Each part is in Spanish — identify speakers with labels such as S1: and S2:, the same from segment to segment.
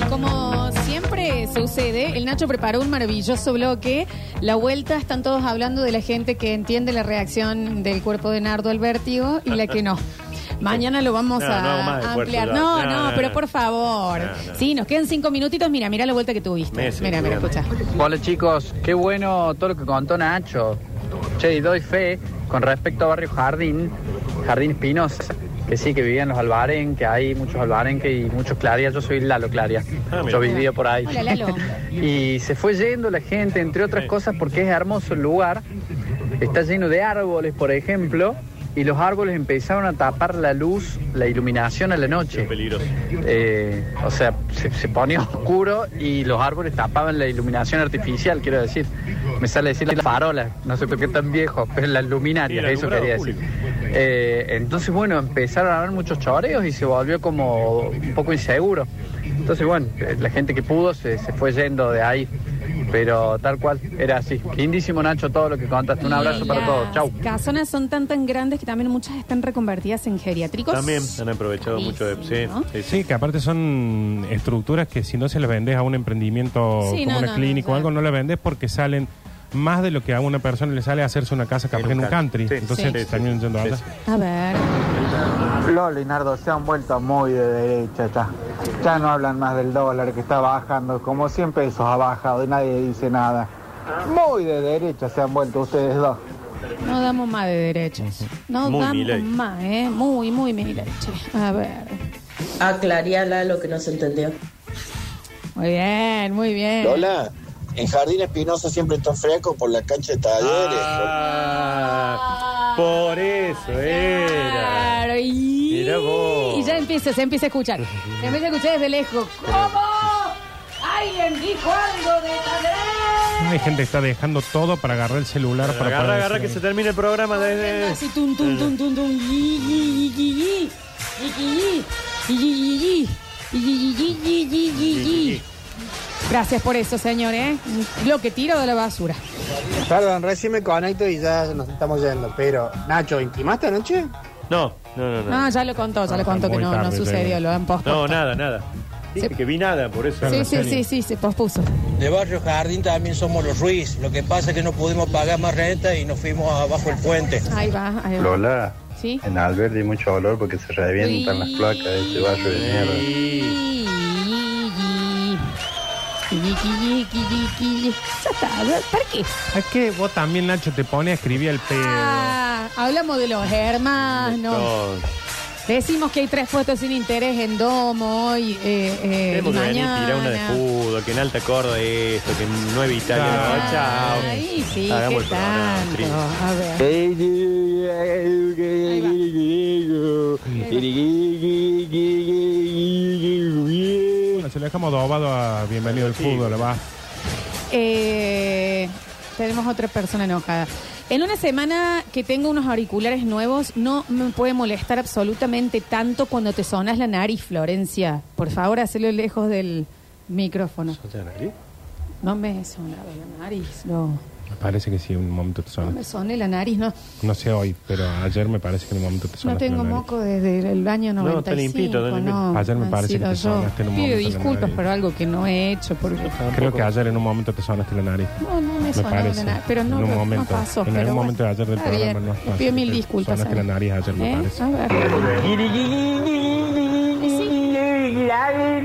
S1: Y como siempre sucede, el Nacho preparó un maravilloso bloque. La vuelta están todos hablando de la gente que entiende la reacción del cuerpo de Nardo al vértigo y la que no. Mañana lo vamos
S2: No,
S1: a
S2: no hago más esfuerzo,
S1: ampliar.
S2: ya.
S1: no,
S2: No,
S1: no,
S2: no,
S1: pero
S2: no.
S1: por favor.
S2: No, no.
S1: Sí, nos quedan cinco minutitos. Mira, mira la vuelta que tuviste.
S2: Meses,
S1: mira, mira,
S2: cuidando.
S1: escucha.
S3: Hola chicos, qué bueno todo lo que contó Nacho. Che, y doy fe con respecto a Barrio Jardín, Jardín Espinosa, que sí, que vivían los albarenques, que hay muchos albarenques y muchos clarias. Yo soy Lalo Claria,
S2: Ah, mira.
S3: yo vivía por ahí.
S1: Hola, Lalo.
S3: Y se fue yendo la gente, entre otras
S2: Sí.
S3: cosas, porque es hermoso el lugar. Está lleno de árboles, por ejemplo, y los árboles empezaron a tapar la luz, la iluminación a la noche.
S2: Es peligroso.
S3: Eh, o sea, se, se ponía oscuro y los árboles tapaban la iluminación artificial, quiero decir. Me sale decir las farolas, no sé por qué tan viejo, pero las luminarias,
S2: Sí, el
S3: eso
S2: alumbrado
S3: quería decir.
S2: público.
S3: Eh, entonces, bueno, empezaron a haber muchos choreos y se volvió como un poco inseguro. Entonces, bueno, eh, la gente que pudo se, se fue yendo de ahí. Pero tal cual, era así. Lindísimo, Nacho, todo lo que contaste. Un abrazo
S1: Y
S3: para
S1: las
S3: todos. Chau.
S1: Casonas son tan tan grandes que también muchas están reconvertidas en geriátricos.
S2: También han aprovechado mucho de. Sí,
S1: Buenísimo, ¿no?
S2: sí, sí.
S4: Sí, que aparte son estructuras que si no se las vendes a un emprendimiento
S1: Sí,
S4: como
S1: no,
S4: una
S1: no,
S4: clínica
S1: no,
S4: o algo, no la vendes porque salen más de lo que a una persona le sale hacerse una casa capaz en un country.
S2: Sí,
S4: Entonces
S1: sí, sí,
S4: también yendo
S2: sí,
S4: allá.
S2: sí.
S1: A ver.
S5: Lola y Nardo se han vuelto muy de derecha ya. Ya no hablan más del dólar que está bajando, como 100 pesos ha bajado y nadie dice nada. Muy de derecha se han vuelto ustedes dos.
S1: No damos más de derechos. No
S2: Muy
S1: damos
S2: Milei.
S1: más, ¿eh? Muy, muy Milei, che. A ver.
S6: Aclaríala lo que no se entendió.
S1: Muy bien, muy bien.
S7: Lola, en Jardín Espinosa siempre están frescos por la cancha de talleres.
S2: Ah, por eso era.
S1: Claro, y...
S2: Mirá vos.
S1: y ya empieza, se empieza a escuchar. Se empieza a escuchar desde lejos. ¿Cómo? ¿Alguien dijo algo de Tadeo?
S4: Hay gente que está dejando todo para agarrar el celular. para
S2: Agarra,
S4: poder
S2: agarra que
S4: decir-
S2: se termine el programa desde.
S1: Así, tum, tum, tum, tum, tum. Y, y, y, y, y, y, y, y, y, y, y, y, y, y, y, y, y. Gracias por eso, señor, ¿eh? Lo que tiro de la basura.
S8: Perdón, recién me conecto y ya nos estamos yendo. Pero, Nacho, ¿intimaste anoche?
S2: No, no, no, no.
S1: No, ya lo contó, ya
S4: Ah,
S1: lo contó que
S4: muy
S1: no,
S4: tarde,
S1: no
S4: ya.
S1: sucedió, lo han pospuesto.
S2: No, nada, nada. Dije
S1: Sí.
S2: que vi nada, por eso.
S1: Sí, sí, sí, sí, se pospuso.
S9: De Barrio Jardín también somos los Ruiz. Lo que pasa es que no pudimos pagar más renta y nos fuimos abajo el puente.
S1: Ahí va, ahí va.
S10: Lola,
S1: Sí.
S10: en Alberdi hay mucho olor porque se revientan las placas de ese barrio de mierda.
S1: Ya está, a ver, ¿para qué?
S4: Es que vos también, Nacho, te pones a escribir el pedo.
S1: Ah, hablamos de los Ah, hermanos.
S2: No.
S1: Decimos que hay tres puestos sin interés en Domo hoy, eh, eh, y
S2: Tenemos que venir a tirar una de
S1: mañana.
S2: fútbol, que en alta corda esto, que en nueva Italia.
S4: Claro.
S2: no, chao.
S1: Ay, sí,
S2: Hagamos
S1: qué
S2: el programa,
S1: tanto.
S2: sí.
S1: A ver.
S4: Bueno, se lo dejamos dobado a Bienvenido al Fútbol, va.
S1: Eh, tenemos otra persona enojada. En una semana que tengo unos auriculares nuevos, no me puede molestar absolutamente tanto cuando te sonas la nariz, Florencia. Por favor, hazlo lejos del micrófono.
S2: ¿Son de nariz?
S1: No me sonaba la nariz, no.
S4: Me parece que sí, un momento te
S1: No
S4: suena.
S1: me soné la nariz, no.
S4: No sé hoy, pero ayer me parece que en un momento te
S1: No
S4: sonaste
S1: tengo
S4: la nariz.
S1: moco desde el año
S2: No,
S1: 95.
S2: está limpito, está limpito.
S1: no,
S4: Ayer me
S1: ha
S4: parece que
S1: sido
S4: te
S1: yo.
S4: sonaste en un
S1: Pido
S4: momento la
S1: disculpas
S4: nariz.
S1: por algo que no he hecho, porque
S4: Creo que ayer en un momento te sonaste la nariz.
S1: No, no me,
S4: Me
S1: sonó
S4: parece.
S1: de nada, pero no,
S4: En un
S1: no
S4: momento,
S1: pasó.
S4: en
S1: pero
S4: algún
S1: bueno,
S4: momento de ayer del
S1: está
S4: programa
S1: bien.
S4: no pasó,
S1: Le pido mil
S4: pero
S1: disculpas.
S4: sonaste
S1: Ana.
S4: la nariz ayer, me parece.
S1: A ver. Sí.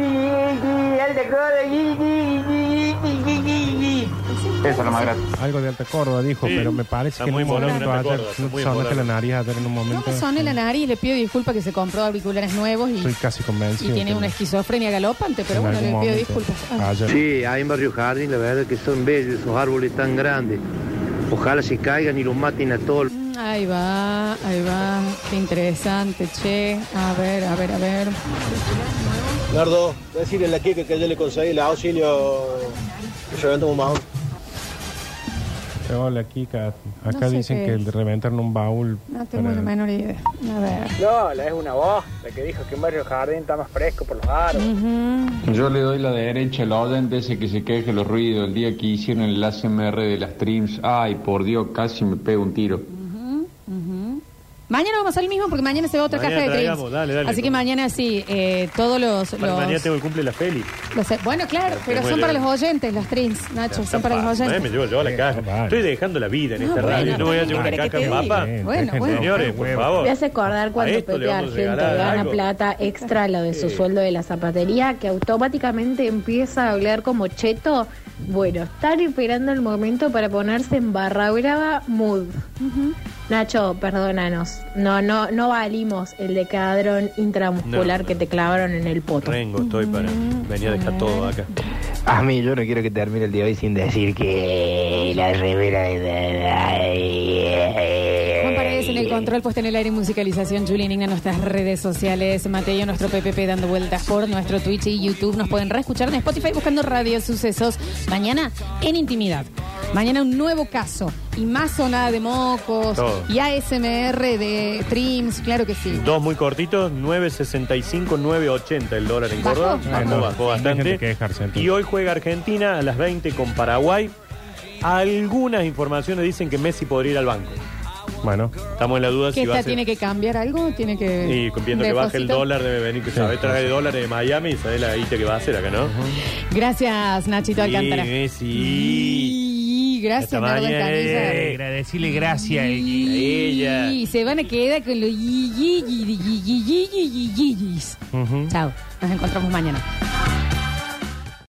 S5: Eso es lo más grande.
S4: Algo de Alta Córdoba dijo,
S2: Sí.
S4: pero me parece
S2: Está
S4: que en
S2: muy
S4: un
S2: morón
S4: momento
S2: Alta
S4: ayer
S2: Córdoba, está
S4: no
S2: muy
S4: te sonaste la
S2: morón.
S4: nariz ayer en un
S1: No
S4: momento.
S1: me soné la nariz, le pido disculpas que se compró auriculares nuevos y,
S4: Estoy casi
S1: y
S4: convencido.
S1: tiene
S4: que
S1: una esquizofrenia galopante, pero
S4: en
S1: bueno, le
S4: algún
S1: pido
S4: momento
S1: disculpas. Ah.
S4: Ayer.
S10: Sí, hay en Barrio Jardín, la verdad que son bellos esos árboles tan grandes. Ojalá se caigan y los maten a todos.
S1: Mm, Ahí va, ahí va. Qué interesante, che. A ver, a ver, a ver.
S9: Nardo, decirle a la Kika que yo le conseguí el auxilio que yo un majón.
S4: Oh, Hola, Kika. Acá
S1: No sé
S4: dicen
S1: qué
S4: que
S1: es.
S4: el reventaron un baúl.
S1: No tengo
S4: para-
S1: la menor idea. A ver.
S8: Lola, es una voz, la que dijo que en Barrio Jardín está más fresco por los árboles.
S1: Ujú.
S9: Yo le doy la derecha al oyente ese que se queje los ruidos el día que hicieron el ASMR de las streams. Ay, por Dios, casi me pego un tiro.
S1: Ujú. Mañana vamos a hacer el mismo porque mañana se va otra
S2: Mañana
S1: caja de
S2: traigamos,
S1: drinks.
S2: dale, dale,
S1: Así que
S2: con-
S1: mañana sí, eh, todos los...
S2: Para
S1: los-
S2: mañana tengo el cumple de la Feli.
S1: los- bueno, claro, pero son
S2: muere.
S1: para los oyentes, los drinks, Nacho, son para los
S2: Mañana Eh, me
S1: oyentes.
S2: llevo yo a
S4: Eh,
S2: la caja. Estoy dejando la vida en
S1: No,
S2: esta
S1: bueno,
S2: radio. No voy a
S1: también,
S2: llevar una
S1: ¿querés que
S2: caja
S1: te diga?
S2: en mapa.
S1: Bueno, bueno.
S2: Señores, por favor.
S11: Me hace acordar cuando
S2: esto le
S11: Pepe
S2: vamos a
S11: Argento
S2: regalar
S11: gana
S2: algo.
S11: plata extra a lo de su sueldo de la zapatería, que automáticamente empieza a hablar como cheto. Bueno, están esperando el momento para ponerse en barra brava mood. Nacho, perdónanos. No, no, no valimos el decadrón intramuscular que te clavaron en el poto.
S2: Rengo estoy para
S1: Mm.
S2: venir a dejar todo acá.
S12: A mí, yo no quiero que termine el día de hoy sin decir que la revera de...
S1: Juan Paredes en el control, puesta en el aire y musicalización. Julián Igna, nuestras redes sociales. Mateo, nuestro PPP, dando vueltas por nuestro Twitch y YouTube. Nos pueden reescuchar en Spotify buscando Radio Sucesos. Mañana en intimidad. Mañana un nuevo caso. Y más sonada de mocos.
S2: Todo.
S1: Y ASMR de streams. Claro que sí.
S2: Dos muy cortitos, 9.65, 9.80 el dólar en
S1: ¿Bajó?
S2: Córdoba.
S1: Bajó.
S2: Bajó, bajó
S4: Hay gente
S2: bastante.
S4: que dejarse, entonces.
S2: Y hoy juega Argentina a las 20 con Paraguay. Algunas informaciones dicen que Messi podría ir al banco.
S4: Bueno.
S2: Estamos en la duda
S1: ¿Que
S2: si va
S1: esta
S2: a ser...
S1: tiene que cambiar algo? ¿Tiene que.?
S2: Y viendo que baje el
S1: deposito?
S2: dólar, debe venir que sabe traer dólares de Miami y sabe la guita que va a hacer acá, ¿no?
S1: Gracias, Nachito Alcántara.
S2: Sí, Messi.
S1: Y gracias, Nardo
S2: Eh,
S4: eh,
S1: Escamilla.
S13: Agradecerle gracias.
S1: Y se van a quedar con los yi- yi- yi- yi- yi- yi- yi- yi- yis. Chao. Nos encontramos mañana.